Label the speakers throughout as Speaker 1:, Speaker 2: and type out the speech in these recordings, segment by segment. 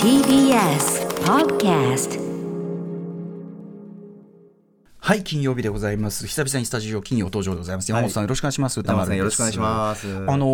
Speaker 1: TBS Podcast
Speaker 2: はい、金曜日でございます。久々にスタジオ金曜登場でございます。山本さん、よろしくお願いします。
Speaker 3: 山本さん
Speaker 2: 歌丸です
Speaker 3: よろしくお願いします
Speaker 2: あの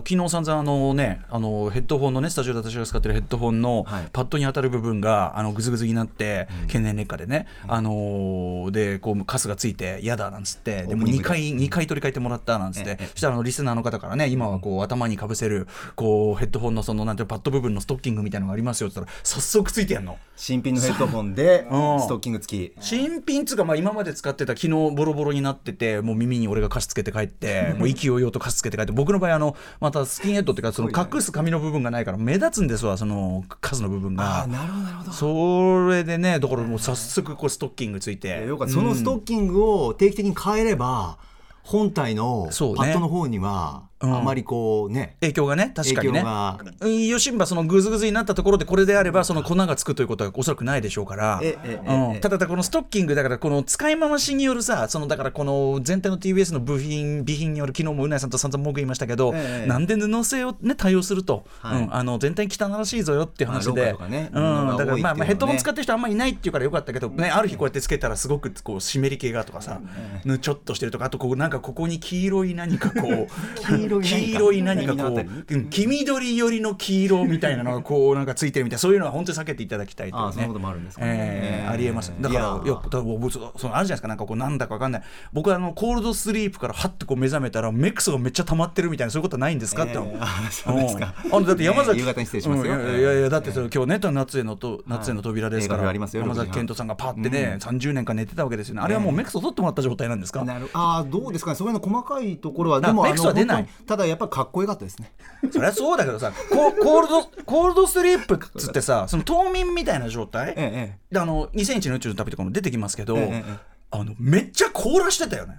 Speaker 2: ー昨日散々あのね、あのヘッドホンのね、スタジオで私が使ってるヘッドホンの
Speaker 3: はい
Speaker 2: パッドに当たる部分があのグズグズになって、経年劣化でね、あのーでこうカスがついて嫌だなんつって、でも
Speaker 3: オープ
Speaker 2: 二
Speaker 3: ニングで
Speaker 2: 回二回取り替えてもらったなんつって
Speaker 3: え、え
Speaker 2: そしたらあのリスナーの方からね、今はこう頭にかぶせるこうヘッドホンのそのなんていうのパッド部分のストッキングみたいなのがありますよって言ったら、早速ついてやんの。
Speaker 3: 新品のヘッドホン
Speaker 2: う
Speaker 3: で
Speaker 2: ん
Speaker 3: ストッキング付き
Speaker 2: 新品っつうか、まあ、今まで使ってた昨日ボロボロになっててもう耳に俺が貸し付けて帰っ てもう勢いよと貸し付けて帰って僕の場合あのまたスキンヘッドっていうかその隠す髪の部分がないから目立つんですわその数の部分が
Speaker 3: なるほどなるほど
Speaker 2: それでねだからもう早速こうストッキングついて
Speaker 3: よかったそのストッキングを定期的に変えれば本体のパ
Speaker 2: そうね
Speaker 3: ッドの方には
Speaker 2: ん
Speaker 3: あまりこうね
Speaker 2: 影響がね確かに
Speaker 3: 影
Speaker 2: ね
Speaker 3: 響が
Speaker 2: 吉村そのグズグズになったところでこれであればその粉がつくということはおそらくないでしょうから
Speaker 3: えええ
Speaker 2: うんただだからこのストッキングだからこの使い回しによるさそのだからこの全体の TBS の部品備品による昨日もうなやさんと散々文句言いましたけど、
Speaker 3: ええ
Speaker 2: なんで布製をね対応すると、
Speaker 3: はい
Speaker 2: うんあの全体汚らしいぞよっていう話
Speaker 3: まあ
Speaker 2: で、
Speaker 3: ローカルとかね
Speaker 2: うん
Speaker 3: 布が多いって
Speaker 2: だ
Speaker 3: いう
Speaker 2: か
Speaker 3: の
Speaker 2: ら
Speaker 3: はね
Speaker 2: まあまあヘッドホン使ってる人あんまりいないっていうからよかったけどねある日こうやってつけたらすごくこう湿り気がとかさ、ぬちょっとしてるとかあとこうなんかここに黄色い何かこう
Speaker 3: 黄色い何か
Speaker 2: 黄色い何かこ
Speaker 3: 黄色い何かあ
Speaker 2: う
Speaker 3: ったり
Speaker 2: うん黄緑寄りの黄色みたいなのがこうなんかついてるみたいなそういうのは本当に避けていただきたいというね
Speaker 3: ああそんなこともあるんですかね
Speaker 2: ええ
Speaker 3: ええ
Speaker 2: ありえますだから
Speaker 3: いや
Speaker 2: いやだから僕そそのあるじゃないですかなんかこうなんだかわかんない僕はあのコールドスリープからはってこう目覚めたらメックスがめっちゃ溜まってるみたいなそういうことはないんですかっての
Speaker 3: ええあそうですか
Speaker 2: んあのだって山崎、
Speaker 3: ね夕方に失礼しますよ
Speaker 2: うんいやいやいやだってそれ今日ね夏へのと夏への扉ですから、
Speaker 3: 映画がありますよ
Speaker 2: 山崎賢人さんがパってね、30年間寝てたわけですよねあれはもうメックスを取ってもらった状態なんですか、
Speaker 3: なるあーどうですかねそれの細かいところは
Speaker 2: な
Speaker 3: でも
Speaker 2: メ
Speaker 3: あの
Speaker 2: イクスは出ない
Speaker 3: 本当にただやっぱりかっこよかったですね
Speaker 2: そりゃそうだけどさココールドコールドスリープっつってさその冬眠みたいな状態、
Speaker 3: えええ
Speaker 2: であの2センチの宇宙の旅とかも出てきますけど、
Speaker 3: えええ
Speaker 2: あのめっちゃ凍らしてたよね。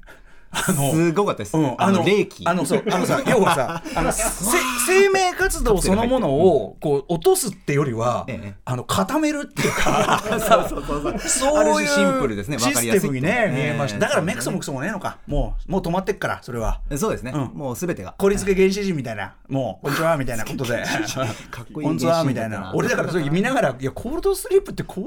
Speaker 2: あの
Speaker 3: すごかったです
Speaker 2: うん、
Speaker 3: あの冷気
Speaker 2: あのそうあのさ要は さあのせ生命活動そのものをこう落とすってよりは、
Speaker 3: ええ
Speaker 2: あの固めるっていうか
Speaker 3: そうそうそう
Speaker 2: そ
Speaker 3: あ
Speaker 2: うい
Speaker 3: る種
Speaker 2: う
Speaker 3: シンプルですねわ
Speaker 2: シ
Speaker 3: かり
Speaker 2: ス
Speaker 3: や
Speaker 2: テ
Speaker 3: すい
Speaker 2: ムに
Speaker 3: っていう
Speaker 2: ね
Speaker 3: ね
Speaker 2: 見えましただからメクソもクソもねえのかもうもう止まってっからそれは
Speaker 3: そうですね
Speaker 2: うん
Speaker 3: もうすべてが
Speaker 2: 孤立系原始人みたいなも うこんにちはみたいなことで
Speaker 3: かっこいい
Speaker 2: こんにちはみたいな俺だからそれ見ながらいやコールドスリープってこ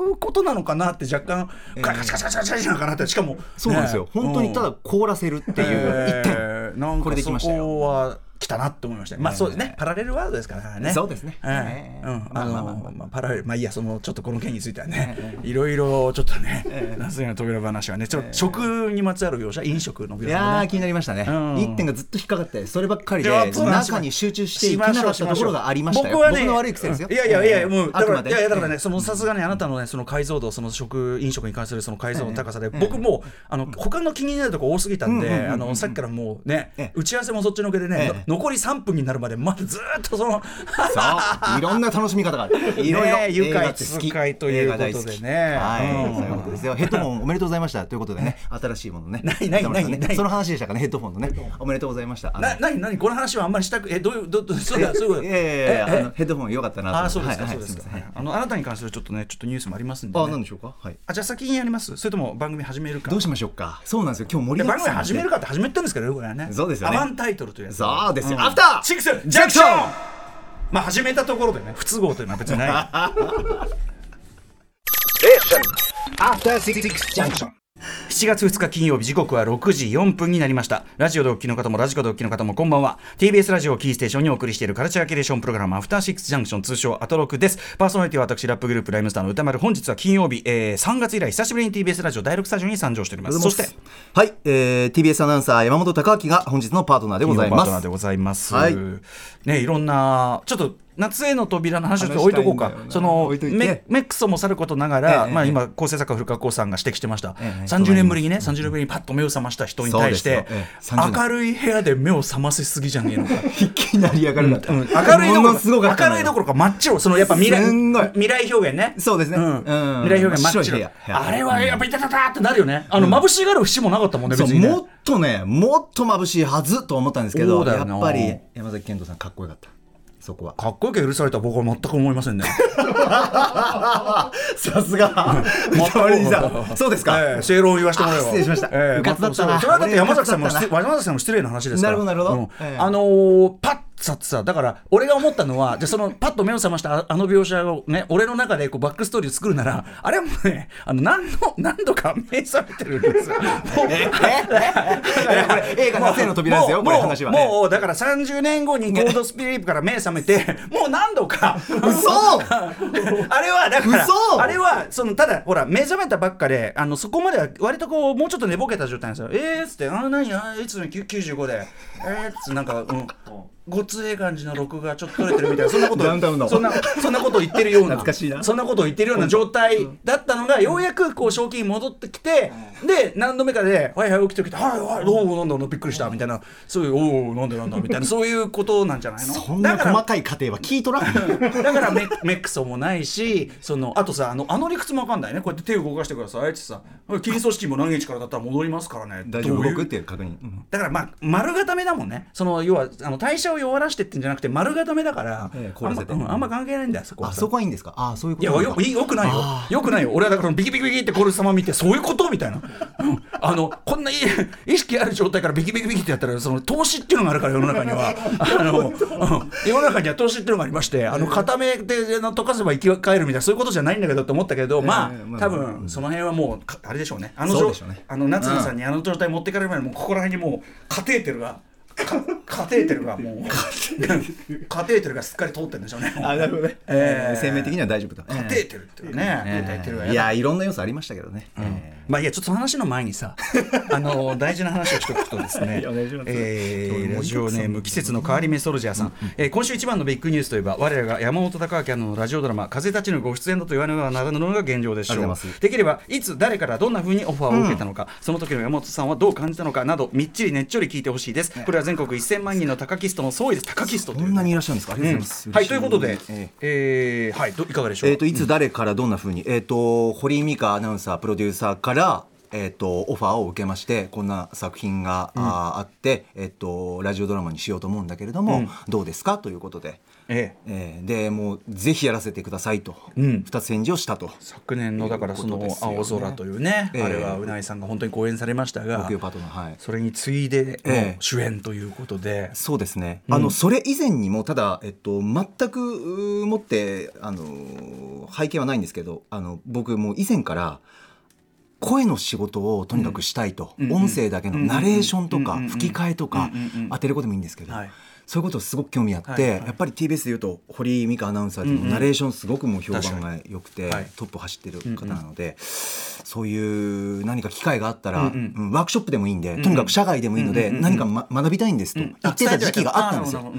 Speaker 2: ういうことなのかなって若干カチカチカチカチカチなのかなってしかも
Speaker 3: そうなんですよ
Speaker 2: ね
Speaker 3: 本当にただ
Speaker 2: うん
Speaker 3: 凍らせるっていう一点
Speaker 2: えーなん
Speaker 3: こ
Speaker 2: か
Speaker 3: れでき
Speaker 2: そ
Speaker 3: ましたよ
Speaker 2: こは来たなって思いましたまあそうですねパラレルワールドですからね
Speaker 3: そうですね
Speaker 2: ええ
Speaker 3: ええ
Speaker 2: うん
Speaker 3: ま
Speaker 2: あ
Speaker 3: あまあまあ
Speaker 2: のまあパラレルまあいいやそのちょっとこの件についてはねいろいろちょっとね夏の扉話はねちょっと食にまつわる描写飲食の描
Speaker 3: い
Speaker 2: 写
Speaker 3: や
Speaker 2: も
Speaker 3: ー
Speaker 2: ね
Speaker 3: 気になりましたね、
Speaker 2: うん
Speaker 3: 一点がずっと引っかかってそればっかり
Speaker 2: い
Speaker 3: で
Speaker 2: やそうなんですよ
Speaker 3: 中に集中していけなかったところがありましたよ
Speaker 2: 僕はね
Speaker 3: の悪い癖ですよ、
Speaker 2: いやいやいやもうだ
Speaker 3: あ
Speaker 2: か
Speaker 3: く
Speaker 2: ら
Speaker 3: ま
Speaker 2: い
Speaker 3: で
Speaker 2: やいやだからねそのさすがにあなたのねその解像度その食飲食に関するその解像度の高さで僕もうあの他の気になるとこ多すぎたんであのさっきからもうね
Speaker 3: え
Speaker 2: 打ち合わせもそっちのけでね
Speaker 3: ええ
Speaker 2: の残り3分になるまでまだずーっとそ の
Speaker 3: そういろんな楽しみ方があるいろい ろ、
Speaker 2: ねえ
Speaker 3: 映画って好
Speaker 2: 愉
Speaker 3: き
Speaker 2: 快ということでね
Speaker 3: 映画大好きはい、
Speaker 2: うん
Speaker 3: そういうことですよヘッドホンおめでとうございましたということでね新しいものね
Speaker 2: ないない
Speaker 3: 中村さんね
Speaker 2: ないない
Speaker 3: その話でしたかねヘッドホンのねおめでとうございましたあの
Speaker 2: ななになにこの話はあんまりしたくえどういうどどそうだそういうこと
Speaker 3: いやいやいやあのヘッドホン良かったなと
Speaker 2: ああそうですか
Speaker 3: はい
Speaker 2: そ
Speaker 3: は
Speaker 2: う
Speaker 3: い
Speaker 2: ですか
Speaker 3: いません
Speaker 2: はいあのあなたに関するちょっとねちょっとニュースもありますんで
Speaker 3: あ何
Speaker 2: ね
Speaker 3: でしょうかはい
Speaker 2: あじゃあ先にやりますそれとも番組始めるか
Speaker 3: どうしましょうかそうなんですよ今日盛
Speaker 2: で
Speaker 3: りだ
Speaker 2: 番
Speaker 3: く
Speaker 2: 組
Speaker 3: さん
Speaker 2: 始めるかって始めてるんですけどねこれはね
Speaker 3: そうですよね
Speaker 2: アバンタイトルというやつ
Speaker 3: そうですよ
Speaker 2: ん
Speaker 3: アフター
Speaker 2: シックスジャンクションまあ始めたところでね不都合というのは別にない
Speaker 4: After Six Junction.
Speaker 2: 7月2日金曜日時刻は6時4分になりましたラジオでお聞きの方もラジコでお聞きの方もこんばんは TBS ラジオをキーステーションにお送りしているカルチャーキュレーションプログラムアフターシックスジャンクション通称アトロクですパーソナリティは私ラップグループライムスターの歌丸本日は金曜日、えー3月以来久しぶりに TBS ラジオ第6スタジオに参上しておりますそして
Speaker 3: はい、えー、TBS アナウンサー山本貴明が本日のパートナーでござい
Speaker 2: 金曜パ
Speaker 3: ま
Speaker 2: ートナー
Speaker 3: す
Speaker 2: でございます。
Speaker 3: はい
Speaker 2: ね、いろんな、ちょっと。夏への扉の話をちょっと置いとこうか
Speaker 3: 話したいんだよ、な
Speaker 2: その
Speaker 3: 置いといて
Speaker 2: メメックソもさることながら、
Speaker 3: ええ
Speaker 2: まあ、
Speaker 3: ええ
Speaker 2: 今、構成作家、古川光さんが指摘してました、
Speaker 3: ええ
Speaker 2: 30年ぶりにね、30年ぶりにパッと目を覚ました人に対し
Speaker 3: そう
Speaker 2: て、
Speaker 3: ですよええ30年
Speaker 2: 明るい部屋で目を覚ませすぎじゃねえのか、
Speaker 3: いきなり上がる
Speaker 2: うん明るいどこ
Speaker 3: も
Speaker 2: ろ
Speaker 3: のすごかっ
Speaker 2: か
Speaker 3: た
Speaker 2: 明
Speaker 3: の
Speaker 2: るい
Speaker 3: よ
Speaker 2: どころか、真っ白、そのやっぱ未来
Speaker 3: すんごい
Speaker 2: 未来表現ね、
Speaker 3: そうですね
Speaker 2: ん
Speaker 3: うん
Speaker 2: 未来表現真っ
Speaker 3: 白
Speaker 2: 白
Speaker 3: い部屋部屋
Speaker 2: あれはやっぱ、いたたたってなるよね、あの眩しがる節もなかったもんね、別
Speaker 3: そう
Speaker 2: にね
Speaker 3: もっとねもっと眩しいはずと思ったんですけ
Speaker 2: そう
Speaker 3: ど
Speaker 2: だ
Speaker 3: や
Speaker 2: よ
Speaker 3: っ
Speaker 2: な
Speaker 3: ぱり山崎賢人さんかっこよかったそこは
Speaker 2: かっこよく許された僕は全く思いませんね。
Speaker 3: さすが 歌丸兄 さんそうですか、
Speaker 2: ええ正論を言わせてもらえば
Speaker 3: あ失礼しました
Speaker 2: ええ
Speaker 3: 部活だったな
Speaker 2: まあそうそれはだって山崎さんも
Speaker 3: 俺部活だったな
Speaker 2: 山崎さんも失礼な話ですから
Speaker 3: なるほどなるほど
Speaker 2: うん
Speaker 3: ええ
Speaker 2: あのーパッさってさだから俺が思ったのはじゃあそのパッと目を覚ましたああの描写をね俺の中でこうバックストーリーを作るならあれもねあの何度何度か目覚めてるん ですよ。もう
Speaker 3: これ映画達成の扉ですよこ
Speaker 2: もう
Speaker 3: れ話はね
Speaker 2: もうもうだから30年後にゴールドスピリップから目覚めてもう何度か
Speaker 3: 嘘
Speaker 2: あれはだから
Speaker 3: 嘘
Speaker 2: あれはそのただほら目覚めたばっかであのそこまでは割とこうもうちょっと寝ぼけた状態なんですよえー、っつって「あ何あいつの95でえー、っつってなんかうんごつええ感じの録画ちょっと取れてるみたいなそんなこと
Speaker 3: ダウンタウンの
Speaker 2: そんなそんなことを言ってるような
Speaker 3: 懐かしいな
Speaker 2: そんなことを言ってるような状態だったのがようやくこう正気に戻ってきてで何度目かで「はいはい起きて起きてはいはいどうもなんだなんだびっくりした」みたいなそういう「おおなんだなんだ」みたいなそういうことなんじゃないの
Speaker 3: そんな
Speaker 2: だから
Speaker 3: 細かい過程は聞いとらん
Speaker 2: だから メメックソもないしそのあとさあのあの理屈もわかんないねこうやって手を動かしてくださいってさキリ組織も何日からだったら戻りますからね
Speaker 3: 大丈
Speaker 2: ど
Speaker 3: 夫
Speaker 2: ういう
Speaker 3: 動くって確認、うん
Speaker 2: だからまあ丸固めだもんねその要はあの代謝を弱らしてってんじゃなくて丸固めだから、
Speaker 3: ええ凍
Speaker 2: あん
Speaker 3: ら
Speaker 2: ま
Speaker 3: せて
Speaker 2: うんあんま関係ないんだよそこは
Speaker 3: あそこはいいんですかあそういうこ
Speaker 2: いや
Speaker 3: となんだ
Speaker 2: よいいよくないよ
Speaker 3: あ
Speaker 2: よくないよ俺はだからビキビキビキってコール様見てそういうことみたいな、うんあのこんない意識ある状態からビキビキビキってやったらその投資っていうのがあるから世の中に はあの、うん世の中には投資っていうのがありましてあの固めであの溶かせば生き返るみたいなそういうことじゃないんだけどと思ったけど、まあ、
Speaker 3: ええまあ
Speaker 2: 多分その辺はもうかあれでしょうねあの
Speaker 3: そうでしょうね
Speaker 2: あの夏野さんにあの状態持ってかれる前にもうここら辺にもうカテーテルが。かカテーテルが もうカテーテルがすっかり通ってるんでしょうね。
Speaker 3: あなるほどね、
Speaker 2: ええ
Speaker 3: 生命的には大丈夫だ、
Speaker 2: カテーテルっていうのはね、カテーテルは
Speaker 3: ええい
Speaker 2: やだ
Speaker 3: やいろんな要素ありましたけどね、ええ
Speaker 2: まあいいやちょっとその話の前にさ あの大事な話をしておくとですね
Speaker 3: お願いします
Speaker 2: えーラジオネーム季節の変わり目ソルジャーさん、えー今週一番のビッグニュースといえば我らが山本隆明アナのラジオドラマ「風立ちぬ」ご出演だと言わねばならぬのが現状でし
Speaker 3: あり
Speaker 2: ょ
Speaker 3: がとう
Speaker 2: う
Speaker 3: ございます
Speaker 2: できればいつ誰からどんな風にオファーを受けたのか、その時の山本さんはどう感じたのかなどみっちりねっちょり聞いてほしいですこれは全国1000万人の高キストの総意です高キストと
Speaker 3: こ
Speaker 2: いうん
Speaker 3: なにいらっしゃるんですかありがとうございます、
Speaker 2: うんは
Speaker 3: 嬉
Speaker 2: い
Speaker 3: し
Speaker 2: ということで、
Speaker 3: ええ
Speaker 2: えーはいどいかがでしょう
Speaker 3: えー、といつ誰からどんなふうに、えー、と堀井美香アナウンサープロデューサーから、えー、とオファーを受けましてこんな作品が、あーあって、えー、とラジオドラマにしようと思うんだけれども、どうですかということで、
Speaker 2: ええ
Speaker 3: えーでもうぜひやらせてくださいと、二
Speaker 2: ん
Speaker 3: 2つ返事をしたと
Speaker 2: 昨年のだからその「青空」というね、
Speaker 3: ええ
Speaker 2: あれはうなぎさんが本当に講演されましたが
Speaker 3: 木曜パートナーはい
Speaker 2: それに次いで
Speaker 3: え
Speaker 2: の
Speaker 3: え
Speaker 2: 主演ということで、
Speaker 3: そうですね、あのそれ以前にもただ、えっと、全くうーもってあのー背景はないんですけどあの僕もう以前から声の仕事をとにかくしたいと、
Speaker 2: ん
Speaker 3: 音声だけのナレーションとか、
Speaker 2: うんうん
Speaker 3: 吹き替えとか、
Speaker 2: うんうん
Speaker 3: 当てることもいいんですけど、
Speaker 2: はい
Speaker 3: そういうことすごく興味あって、
Speaker 2: はいはい
Speaker 3: やっぱり TBS でいうと堀井美香アナウンサーでもナレーションすごくもう評判が良くて、
Speaker 2: 確かにはい
Speaker 3: トップ走ってる方なので、そういう何か機会があった
Speaker 2: う
Speaker 3: ら、
Speaker 2: ん
Speaker 3: うんワークショップでもいいんで、とにかく社外でもいいので、何か、ま、学びたいんですと、言ってた時期があったんですよ。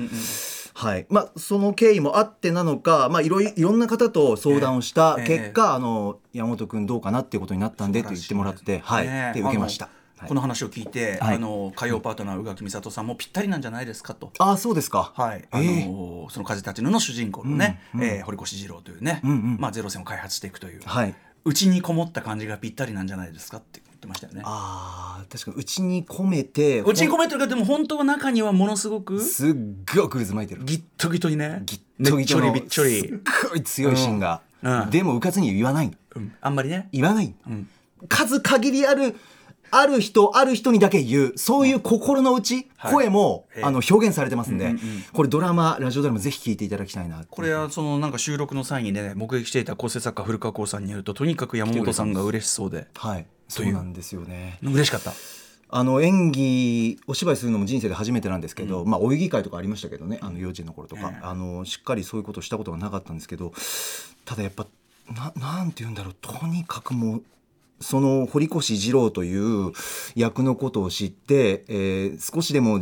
Speaker 3: はいまあ、その経緯もあってなのか、まあ、いろいいろんな方と相談をした
Speaker 2: ええ
Speaker 3: 結果、あの山本君どうかなっていうことになったんでと言ってもらって、はい
Speaker 2: ね
Speaker 3: で受けました
Speaker 2: あ。の
Speaker 3: はい
Speaker 2: この話を聞いて、
Speaker 3: はい
Speaker 2: あの火曜パートナー宇垣美里さんもぴったりなんじゃないですかと。
Speaker 3: ああそうですか、
Speaker 2: はい、あ
Speaker 3: え
Speaker 2: の
Speaker 3: え
Speaker 2: ーその風立ちぬの主人公のね、
Speaker 3: うんうん
Speaker 2: えー堀越二郎というね、
Speaker 3: うんうん
Speaker 2: まあゼロ戦を開発していくという、
Speaker 3: はい、
Speaker 2: うちにこもった感じがぴったりなんじゃないですかって言ってましたよね。
Speaker 3: ああ確かにうちに込めて
Speaker 2: うちにこもってるけどでも本当は中にはものすごく
Speaker 3: すっごく渦巻いてる
Speaker 2: ギットギトにね
Speaker 3: ぎっとぎと
Speaker 2: ね
Speaker 3: の
Speaker 2: びっちょりびっちょり
Speaker 3: すっごい強い芯が、
Speaker 2: うんうん
Speaker 3: でもうかつに言わない
Speaker 2: うんあんまりね
Speaker 3: 言わない、数限りあるある人ある人にだけ言うそういう心の内、
Speaker 2: はい
Speaker 3: 声も、
Speaker 2: ええ
Speaker 3: あの表現されてますんで、これドラマラジオドラマぜひ聞いていただきたいな
Speaker 2: これはそのなんか収録の際にね目撃していた構成作家古川光さんによるととにかく山本さんが嬉しそうで
Speaker 3: はい
Speaker 2: と
Speaker 3: そ
Speaker 2: いう
Speaker 3: うなんですよね
Speaker 2: 嬉しかった
Speaker 3: あの演技お芝居するのも人生で初めてなんですけど、まあお遊戯会とかありましたけどねあの幼稚園の頃とか、
Speaker 2: ええ
Speaker 3: あのしっかりそういうことをしたことがなかったんですけどただやっぱななんて言うんだろうとにかくもうその堀越二郎という役のことを知って、えー少しでも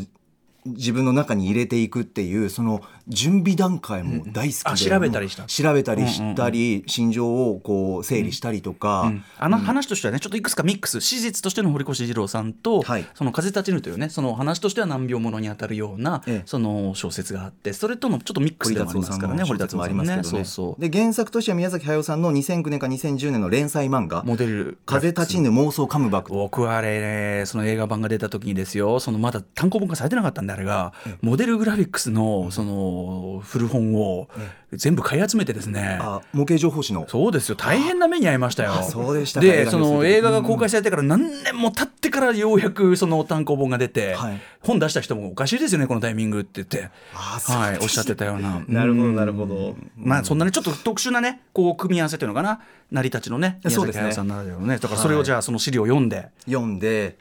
Speaker 3: 自分の中に入れていくっていうその準備段階も大好
Speaker 2: あ
Speaker 3: きで、
Speaker 2: 調べたりした
Speaker 3: 調べたりしたり、心情をこう整理したりとか、
Speaker 2: あの話としてはねちょっといくつかミックス史実としての堀越二郎さんと、
Speaker 3: はい
Speaker 2: その「風立ちぬ」というねその話としては難病ものにあたるような、
Speaker 3: ええ
Speaker 2: その小説があってそれとのちょっとミックス
Speaker 3: 堀
Speaker 2: でもあ
Speaker 3: 達
Speaker 2: りま
Speaker 3: 夫さ
Speaker 2: す
Speaker 3: ん
Speaker 2: からね
Speaker 3: の
Speaker 2: 堀
Speaker 3: 小
Speaker 2: 達
Speaker 3: 説
Speaker 2: 夫
Speaker 3: も
Speaker 2: さ
Speaker 3: あり
Speaker 2: んも
Speaker 3: ますけ
Speaker 2: ね
Speaker 3: ど
Speaker 2: そ
Speaker 3: ね
Speaker 2: うそう
Speaker 3: で原作としては宮崎駿さんの2009年か2010年の連載漫画
Speaker 2: モデル
Speaker 3: 「風立ちぬ妄想カムバック」
Speaker 2: 僕はあれねその映画版が出た時にですよそのまだ単行本化されてなかったんであれが、モデルグラフィックスのその古本を全部買い集めてですね、
Speaker 3: あ模型情報誌の
Speaker 2: そうですよ大変な目に遭いましたよ
Speaker 3: あそうでしたか映画
Speaker 2: で
Speaker 3: に
Speaker 2: その
Speaker 3: する
Speaker 2: 映画が公開されてから何年も経ってからようやくその単行本が出て、
Speaker 3: はい
Speaker 2: 本出した人もおかしいですよねこのタイミングって言って、
Speaker 3: あそう
Speaker 2: はい、
Speaker 3: です
Speaker 2: おっしゃってたような
Speaker 3: なるほどなるほど
Speaker 2: まあそんなねちょっと特殊なねこう組み合わせというのかな成り立ちのね宮
Speaker 3: そう
Speaker 2: 崎
Speaker 3: ですね
Speaker 2: 駿さんならではのねだからそれをじゃあその資料を読んで、
Speaker 3: 読んで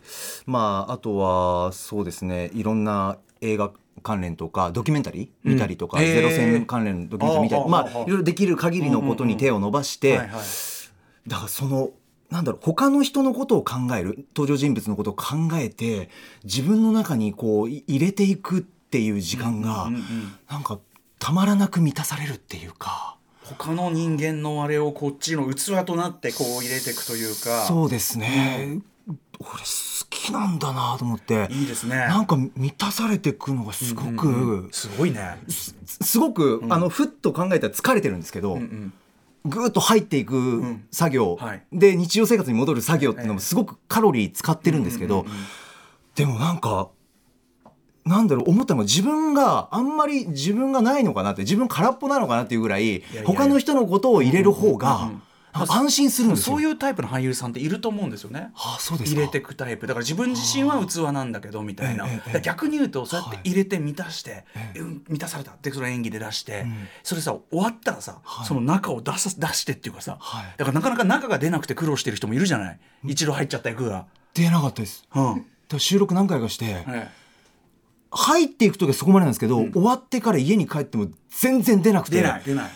Speaker 3: まああとはそうですねいろんな映画関連とかドキュメンタリー見たりとか、
Speaker 2: うんへー
Speaker 3: ゼロ戦関連のドキュメンタリー見たり
Speaker 2: ああ
Speaker 3: ま
Speaker 2: ああ
Speaker 3: あいろいろできる限りのことに手を伸ばして、
Speaker 2: はいはい
Speaker 3: だからそのなんだろう他の人のことを考える登場人物のことを考えて自分の中にこうい入れていくっていう時間が、なんかたまらなく満たされるっていうか
Speaker 2: 他の人間のあれをこっちの器となってこう入れていくというか
Speaker 3: そうですね、俺好きなんだなと思って
Speaker 2: いいですね
Speaker 3: なんか満たされてくのがすごく、
Speaker 2: すごいね。
Speaker 3: すすごく、あのふっと考えたら疲れてるんですけど、ぐーっと入っていく作業、
Speaker 2: はい
Speaker 3: で日常生活に戻る作業っていうのもすごくカロリー使ってるんですけど、でもなんかなんだろう思ったのが自分があんまり自分がないのかなって自分空っぽなのかなっていうぐらい
Speaker 2: やいや
Speaker 3: 他の人のことを入れる方が、なんか安心するんです
Speaker 2: そ
Speaker 3: よ。
Speaker 2: ういうタイプの俳優さんっていると思うんですよね。
Speaker 3: あそうです
Speaker 2: 入
Speaker 3: か
Speaker 2: れてくタイプだから自分自身は器なんだけどみたいな、
Speaker 3: ええええ
Speaker 2: だから逆に言うとそうやって
Speaker 3: はい
Speaker 2: 入れて満たして、
Speaker 3: ええ
Speaker 2: うん満たされたってそれ演技で出して、それさ終わったらさ、
Speaker 3: はい
Speaker 2: その中を出さ出してっていうかさ、
Speaker 3: はい
Speaker 2: だからなかなか中が出なくて苦労してる人もいるじゃない一度入っちゃった役が。
Speaker 3: 出なかったです。
Speaker 2: うん
Speaker 3: だから収録何回かして、
Speaker 2: え
Speaker 3: 入っていく時はそこまでなんですけど、終わってから家に帰っても全然出なく
Speaker 2: え
Speaker 3: て
Speaker 2: 出ない出ない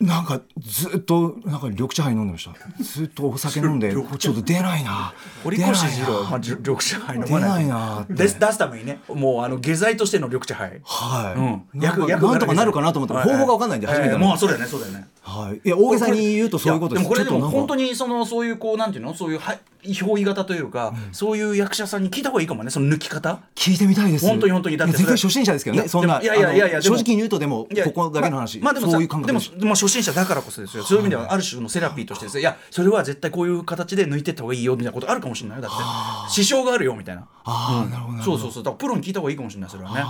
Speaker 3: なんかずっとなんか緑茶杯飲んでましたずっとお酒飲んで
Speaker 2: 緑茶
Speaker 3: ちょっと出ないな
Speaker 2: 堀越二郎、まあ、緑緑茶杯飲
Speaker 3: 出
Speaker 2: ま
Speaker 3: な
Speaker 2: ないい
Speaker 3: なって
Speaker 2: です出すためにねもうあの下剤としての緑茶杯
Speaker 3: はい、
Speaker 2: うん、
Speaker 3: なんかなんとかなるかなと思ったら方法が分かんないんで初めて
Speaker 2: ええ
Speaker 3: の
Speaker 2: もうそうだよねそうだよね
Speaker 3: はい、いや大げさに言うとそういうことで
Speaker 2: やで
Speaker 3: す
Speaker 2: もこれで
Speaker 3: ちょっ
Speaker 2: も
Speaker 3: となんか
Speaker 2: 本当にそのそういうこうなんていうのそういうは憑依型というか、そういう役者さんに聞いた方がいいかもねその抜き方
Speaker 3: 聞いてみたいです
Speaker 2: 本当に本当にだってそれ
Speaker 3: 全然初心者ですけど
Speaker 2: いや
Speaker 3: ねそんない
Speaker 2: やいやいやいや
Speaker 3: あの
Speaker 2: でも
Speaker 3: 正直に言うとでも
Speaker 2: いや
Speaker 3: ここだけの話、
Speaker 2: まあまあでも
Speaker 3: そ
Speaker 2: さ
Speaker 3: ういう感覚
Speaker 2: でも
Speaker 3: し
Speaker 2: でも初心者だからこそですよそういう意味ではある種のセラピーとしてですねいやそれは絶対こういう形で抜いてった方がいいよみたいなことあるかもしれないよだって支障があるよみたいな
Speaker 3: あーなるほどなる
Speaker 2: そ
Speaker 3: ほ
Speaker 2: う
Speaker 3: ど
Speaker 2: そうそうだからプロに聞いた方がいいかもしれないそれはね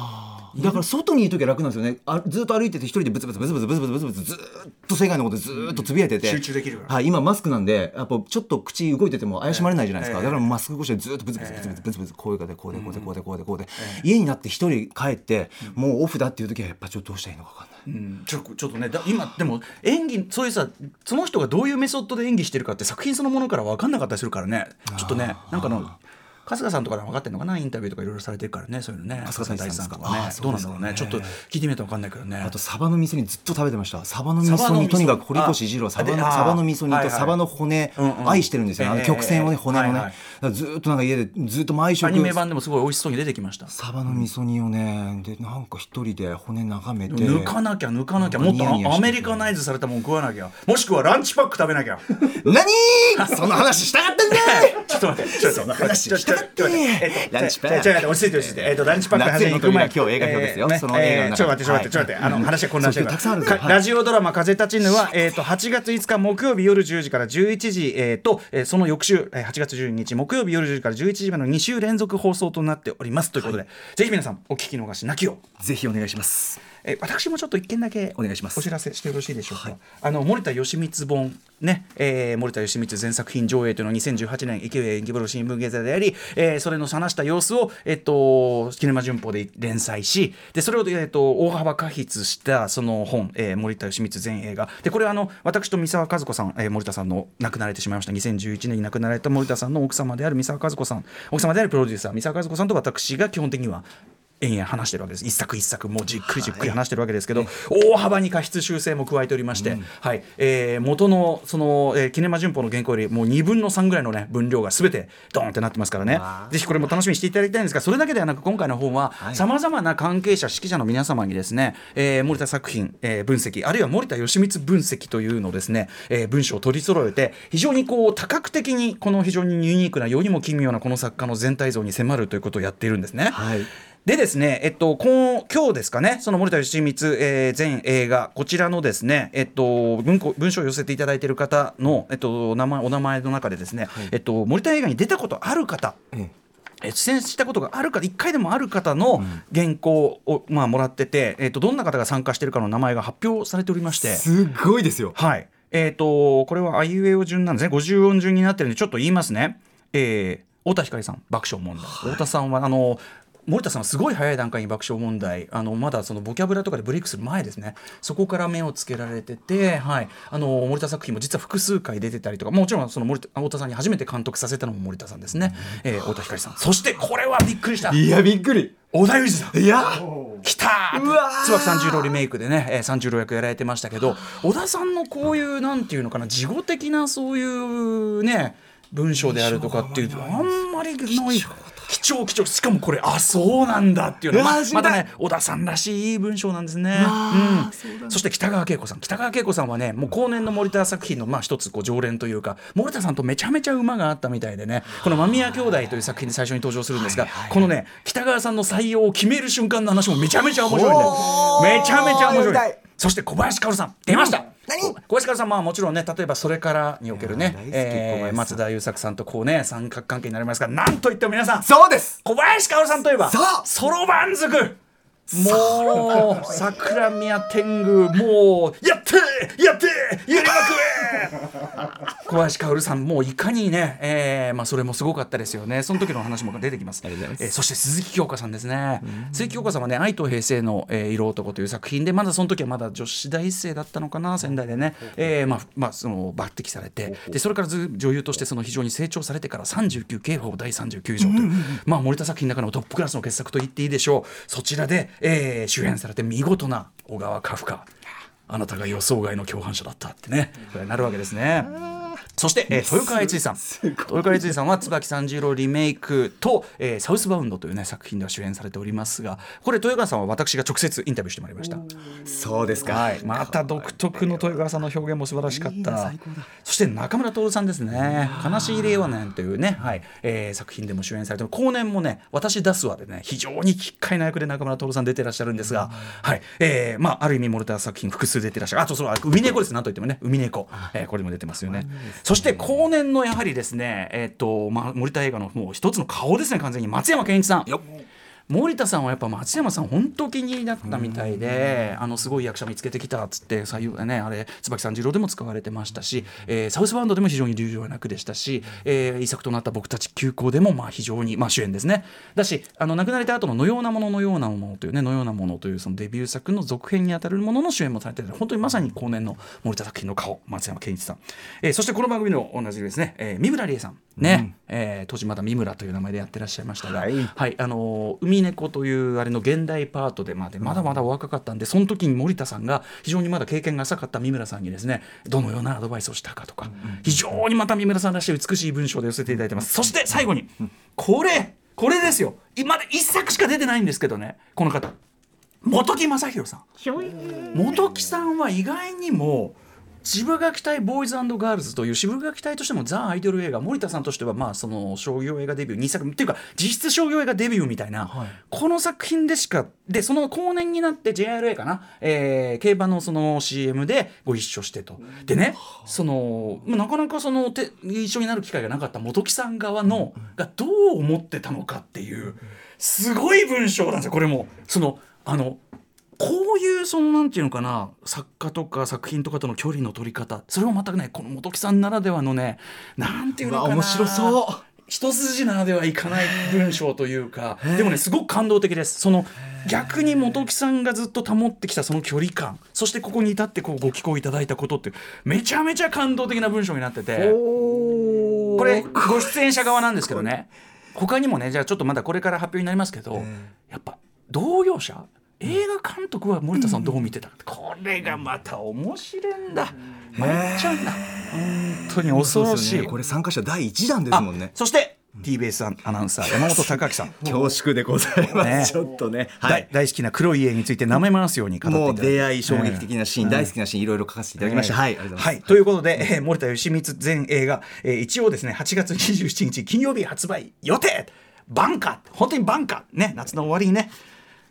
Speaker 3: だから外にいる時は楽なんですよねあずっと歩いてて一人でブツブツブツブツブツブツブツずーっと世界のことずーっとつぶやいてて、
Speaker 2: 集中できるから
Speaker 3: はい、今マスクなんでやっぱちょっと口動いてても怪しまれないじゃないですか、
Speaker 2: ええ
Speaker 3: だからマスク越しでずーっとブツブツブツブツブツブツこういう形でこうでこうでこうでこうでこうで、家になって一人帰ってもうオフだっていう時はやっぱちょっとどうしたらいいのか分かんない。
Speaker 2: うんちょちょっとねだ今でも演技そういうさその人がどういうメソッドで演技してるかって作品そのものから分かんなかったりするからねちょっとねなんかの春日さんとかで分かってんのかなインタビューとかいろいろされてるからねそういうのね
Speaker 3: 春
Speaker 2: 大
Speaker 3: 日大
Speaker 2: 地
Speaker 3: 地
Speaker 2: さ
Speaker 3: さ
Speaker 2: ん
Speaker 3: ん
Speaker 2: と
Speaker 3: と
Speaker 2: か
Speaker 3: か
Speaker 2: ね
Speaker 3: ね
Speaker 2: どうなんだろうねち
Speaker 3: そ
Speaker 2: ょ
Speaker 3: う
Speaker 2: っと
Speaker 3: ですね
Speaker 2: 聞いてみないと分かんないからね
Speaker 3: あとサバの味噌煮ずっと食べてましたサバの味
Speaker 2: サバ
Speaker 3: 噌
Speaker 2: の味
Speaker 3: 煮
Speaker 2: 噌
Speaker 3: とにかく堀越二
Speaker 2: あ
Speaker 3: 郎サバ
Speaker 2: で
Speaker 3: の
Speaker 2: あ
Speaker 3: サバの味噌煮
Speaker 2: はい
Speaker 3: と
Speaker 2: はい
Speaker 3: サバの骨、
Speaker 2: うんうん
Speaker 3: 愛してるんですよ、ね
Speaker 2: ええ
Speaker 3: あの曲線をね、
Speaker 2: ええ
Speaker 3: 骨のね、
Speaker 2: はいはい
Speaker 3: だからずーっとなんか家でずーっと毎食
Speaker 2: アニメ版でもすごい美味しそうに出てきました
Speaker 3: サバの味噌煮をね、でなんか一人で骨眺めて
Speaker 2: 抜かなきゃ抜かなきゃ
Speaker 3: な
Speaker 2: もっ
Speaker 3: んか
Speaker 2: と
Speaker 3: ニヤニヤ
Speaker 2: ア
Speaker 3: して
Speaker 2: メリカナイズされたもん食わなきゃもしくはランチパック食べなきゃ
Speaker 3: 何その話したかったんだ
Speaker 2: ちょっと待ってちょっと待って
Speaker 3: その話
Speaker 2: ちょっと待って
Speaker 3: したかったね
Speaker 2: ちょっと待って
Speaker 3: ランチパック
Speaker 2: ちょっと待って落ち着いて落ち着いてえっとランチパックの話に行く前
Speaker 3: 夏への扉今日映画表ですよ
Speaker 2: えー
Speaker 3: その映画の中
Speaker 2: えーちょっと待ってちょっと待ってちょっと待ってあの話は混乱してるから
Speaker 3: そうたくさんあるんですよはい
Speaker 2: ラジオドラマ「風立ちぬ」はえっと8月5日木曜日夜10時から11時えーとえーその翌週えー8月12日木曜日夜10時から11時までの2週連続放送となっておりますということでぜひ皆さんお聞き逃しなきよう
Speaker 3: ぜひお願いします
Speaker 2: えー私もちょっと一件だけ
Speaker 3: お願いします
Speaker 2: お知らせしてよろしいでしょうか、あの森田義満本ね、えー森田義満全作品上映というのは2018年池上演技風呂新聞現在であり、えーそれの話した様子をえっとキネマ旬報で連載しでそれを、えっと、大幅過筆したその本、えー森田義満全映画でこれはあの私と三沢和子さん、えー森田さんの亡くなられてしまいました2011年に亡くなられた森田さんの奥様である三沢和子さん奥様であるプロデューサー三沢和子さんと私が基本的には延々話してるわけです一作一作もうじっくりじっくり話してるわけですけど、大幅に過失修正も加えておりまして、はいえー元のその、えーキネマ旬報の原稿よりもう2分の3ぐらいの、ね、分量が全てドーンってなってますからね
Speaker 3: わあ
Speaker 2: ぜひこれも楽しみにしていただきたいんですがそれだけではなく今回の本はさまざまな関係者指揮者の皆様にですね、えー森田作品、えー分析あるいは森田義満分析というのをですね、えー文章を取り揃えて非常にこう多角的にこの非常にユニークな世にも奇妙なこの作家の全体像に迫るということをやっているんですね。
Speaker 3: はい
Speaker 2: でですね、えっと、今今日ですかね、その森田義満、えー全映画、こちらのですね、えっと、文庫文章を寄せていただいている方の、えっと、お名前お名前の中でですね、えっと、森田映画に出たことある方、
Speaker 3: ええ
Speaker 2: えー出演したことがあるか1回でもある方の原稿を、まあ、もらってて、えー、とどんな方が参加してるかの名前が発表されておりまして。
Speaker 3: すごいですよ
Speaker 2: はい。えっ、と、これはあいうえお順なんですね。50音順になってるんで、ちょっと言いますね。えー太田光さん、爆笑問題。太田さんは、あの、森田さんはすごい早い段階に爆笑問題あのまだそのボキャブラとかでブレイクする前ですねそこから目をつけられてて、はい、あの森田作品も実は複数回出てたりとかもちろんその森田太田さんに初めて監督させたのも森田さんですね、えー太田光さんそしてこれはびっくりした
Speaker 3: いやびっくり
Speaker 2: 織田裕二さん
Speaker 3: いや
Speaker 2: きたー
Speaker 3: うわー
Speaker 2: 椿三十郎リメイクでね、えー、三十郎役やられてましたけど小田さんのこういうなんていうのかな事後的なそういうね文章であるとかっていうあんまりない貴重貴重しかもこれあそうなんだっていうの
Speaker 3: うわ
Speaker 2: が
Speaker 3: ー知りた
Speaker 2: ま
Speaker 3: い
Speaker 2: たね小田さんらしいいい文章なんですね。うんそして北川景子さん北川景子さんはねもう後年の森田作品のまあ一つこう常連というか森田さんとめちゃめちゃ馬があったみたいでねこの「間宮兄弟」という作品で最初に登場するんですがこのね北川さんの採用を決める瞬間の話もめちゃめちゃ面白いんだよ
Speaker 3: ほー
Speaker 2: めちゃめちゃ面
Speaker 3: 読
Speaker 2: 白
Speaker 3: みた
Speaker 2: い
Speaker 3: い
Speaker 2: そして小林薫さん出ました、小小林薫さんまあもちろんね例えば「それから」における
Speaker 3: いやー大
Speaker 2: ね、
Speaker 3: 好き小
Speaker 2: えー
Speaker 3: 林さん
Speaker 2: 松田優作さんとこうね三角関係になりますがなんといっても皆さん
Speaker 3: そうです
Speaker 2: 小林薫さんといえば
Speaker 3: そう
Speaker 2: そろばんずくもう桜宮天狗もうやってやってやりまくれ小林薫さんもういかにね、えーまあ、それもすごかったですよねその時の話も出てきますえーそして鈴木京香さんですね鈴木京香さんはね「愛と平成の、えー色男」という作品でまだその時はまだ女子大生だったのかな仙台でね、えーまあまあ、その抜擢されてでそれからず女優としてその非常に成長されてから39刑法第39条という、まあ、森田作品の中のトップクラスの傑作と言っていいでしょうそちらで、えー主演されて見事な小川カフカあなたが予想外の共犯者だったってねこれになるわけですね。そして、えー豊川悦司さん豊川悦司さんは椿三十郎リメイクと、えーサウスバウンドという、ね、作品では主演されておりますがこれ豊川さんは私が直接インタビューしてまいりました。
Speaker 3: そうですか、
Speaker 2: はい、また独特の豊川さんの表現も素晴らしかったそして中村徹さんですね「悲しい令和年」というね、はいえー作品でも主演されて後年もね「私出すわ」でね非常に奇怪な役で中村徹さん出てらっしゃるんですが、はいえーまあ、ある意味モルター作品複数出てらっしゃるあとそのあ海猫ですなんといってもね海猫、えーこれも出てますよねそして後年のやはりですね、えーっとまあ、森田映画のもう一つの顔ですね完全に松山ケンイチさん。森田さんはやっぱ松山さん本当気に入りだったみたいであのすごい役者見つけてきたっつって採用ねあれ椿三十郎でも使われてましたし、えーサウスバウンドでも非常に流暢な句でしたし、えー、遺作となった僕たち急行でもまあ非常に、まあ、主演ですねだしあの亡くなられた後の「のようなもののようなもの」というね「のようなもの」というそのデビュー作の続編にあたるものの主演もされてる本当にまさに後年の森田作品の顔松山ケンイチさん、えーそしてこの番組の同じですね、えー三村理恵さんね、えー当時まだ三村という名前でやってらっしゃいましたが、
Speaker 3: はい
Speaker 2: はい、あのー海猫というあれの現代パートでまでまだまだお若かったんで、その時に森田さんが非常にまだ経験が浅かった三村さんにですね、どのようなアドバイスをしたかとか、非常にまた三村さんらしい美しい文章で寄せていただいてます。そして最後に、これこれですよ。今で一作しか出てないんですけどね、この方、本木正弘さん。本木さんは意外にも渋垣隊ボーイズガールズという渋垣隊としてもザ・アイドル映画森田さんとしてはまあその商業映画デビュー2作っていうか実質商業映画デビューみたいな、この作品でしかでその後年になって JRA かな、えー競馬のその CM でご一緒してとでねそのまあなかなかそのて一緒になる機会がなかった本木さん側のがどう思ってたのかっていうすごい文章なんですよこれも。そのあのこういうそのなんていうのかな作家とか作品とかとの距離の取り方それもまたねこの本木さんならではのねなんていうのかな
Speaker 3: うわ面白そう
Speaker 2: 一筋縄ではいかない文章というかでもねすごく感動的ですその逆に本木さんがずっと保ってきたその距離感そしてここに至ってこうご寄稿いただいたことってめちゃめちゃ感動的な文章になってて。これご出演者側なんですけどね他にもねじゃあちょっとまだこれから発表になりますけど、やっぱ同業者映画監督は森田さんどう見てたか、これがまた面白いんだ参っちゃうんだ本当に恐ろし
Speaker 3: そうです
Speaker 2: い、
Speaker 3: よねこれ参加者第一弾ですもん
Speaker 2: あ
Speaker 3: ね
Speaker 2: そして TBS アナウンサー山本貴明さん、
Speaker 3: 恐縮でございます、
Speaker 2: ね
Speaker 3: ちょっとねは
Speaker 2: 大
Speaker 3: い
Speaker 2: 大好きな黒い家について舐め回すように語っていた
Speaker 3: も
Speaker 2: だ
Speaker 3: う
Speaker 2: いて
Speaker 3: 出会い衝撃的なシーン、大好きなシーンいろいろ書かせていただきました、はいありがとうござ
Speaker 2: はいい、ということで、えー森田芳光全映画、えー一応ですね8月27日金曜日発売予定バンカー本当にバンカーね夏の終わりにね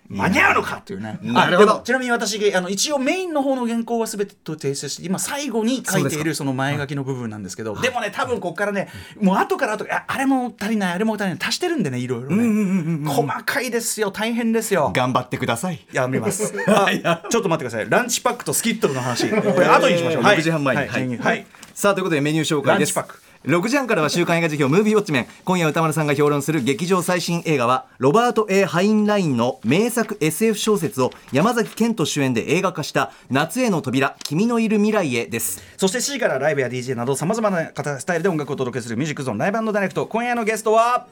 Speaker 2: 間に合うのかっていうね。
Speaker 3: なるほど
Speaker 2: でもちなみに私あの一応メインの方の原稿はすべてと訂正して今最後に書いているその前書きの部分なんですけどでもね多分ここからねもう後から後からああれも足りないあれも足りない足してるんでねいろいろね細かいですよ大変ですよ。
Speaker 3: 頑張ってください
Speaker 2: やめます。あちょっと待ってください。ランチパックとスキットルの話。これ後にしましょう。
Speaker 3: 6時半前に、
Speaker 2: はい。はいはい
Speaker 3: さあということでメニュー紹介です
Speaker 2: ランチパック
Speaker 3: 6時半からは週刊映画辞表ムービーウォッチメン今夜歌丸さんが評論する劇場最新映画はロバート・ A ・ハインラインの名作 SF 小説を山崎賢人主演で映画化した「夏への扉君のいる未来へ」です
Speaker 2: そして C からライブや DJ などさまざまな方スタイルで音楽をお届けするミュージックゾーンライブダイレクト今夜のゲストは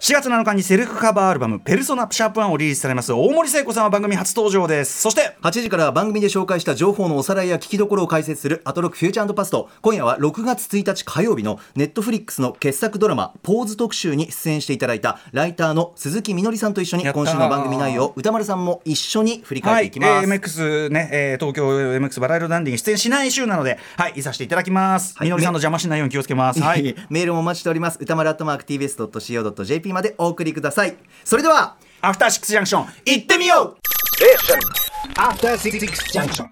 Speaker 2: 4月7日にセルフカバーアルバム「ペルソナシャープ1をリリースされます大森聖子さんは番組初登場ですそして
Speaker 3: 8時からは番組で紹介した情報のおさらいや聞きどころを解説する「アトロックフューチャーパスト」今夜は6月1日火曜日のネットフリックスの傑作ドラマ「ポーズ特集」に出演していただいたライターの鈴木みのりさんと一緒に
Speaker 2: やったー
Speaker 3: 今週の番組内容を歌丸さんも一緒に振り
Speaker 2: は
Speaker 3: 返っ
Speaker 2: い、
Speaker 3: ていきます、
Speaker 2: えー MX ね、えー東京 MX バラエロダンディに出演しない週なので、はい、いさせていただきます。
Speaker 3: い
Speaker 2: みのりさんの邪魔しないように気をつけます。は
Speaker 3: はいい。、 メールもお待ちしております歌丸アットマーク TBS.CO.JP までお送りくださいそれでは
Speaker 2: アフターシックスジャンクション、行ってみよう
Speaker 4: After Six Junction.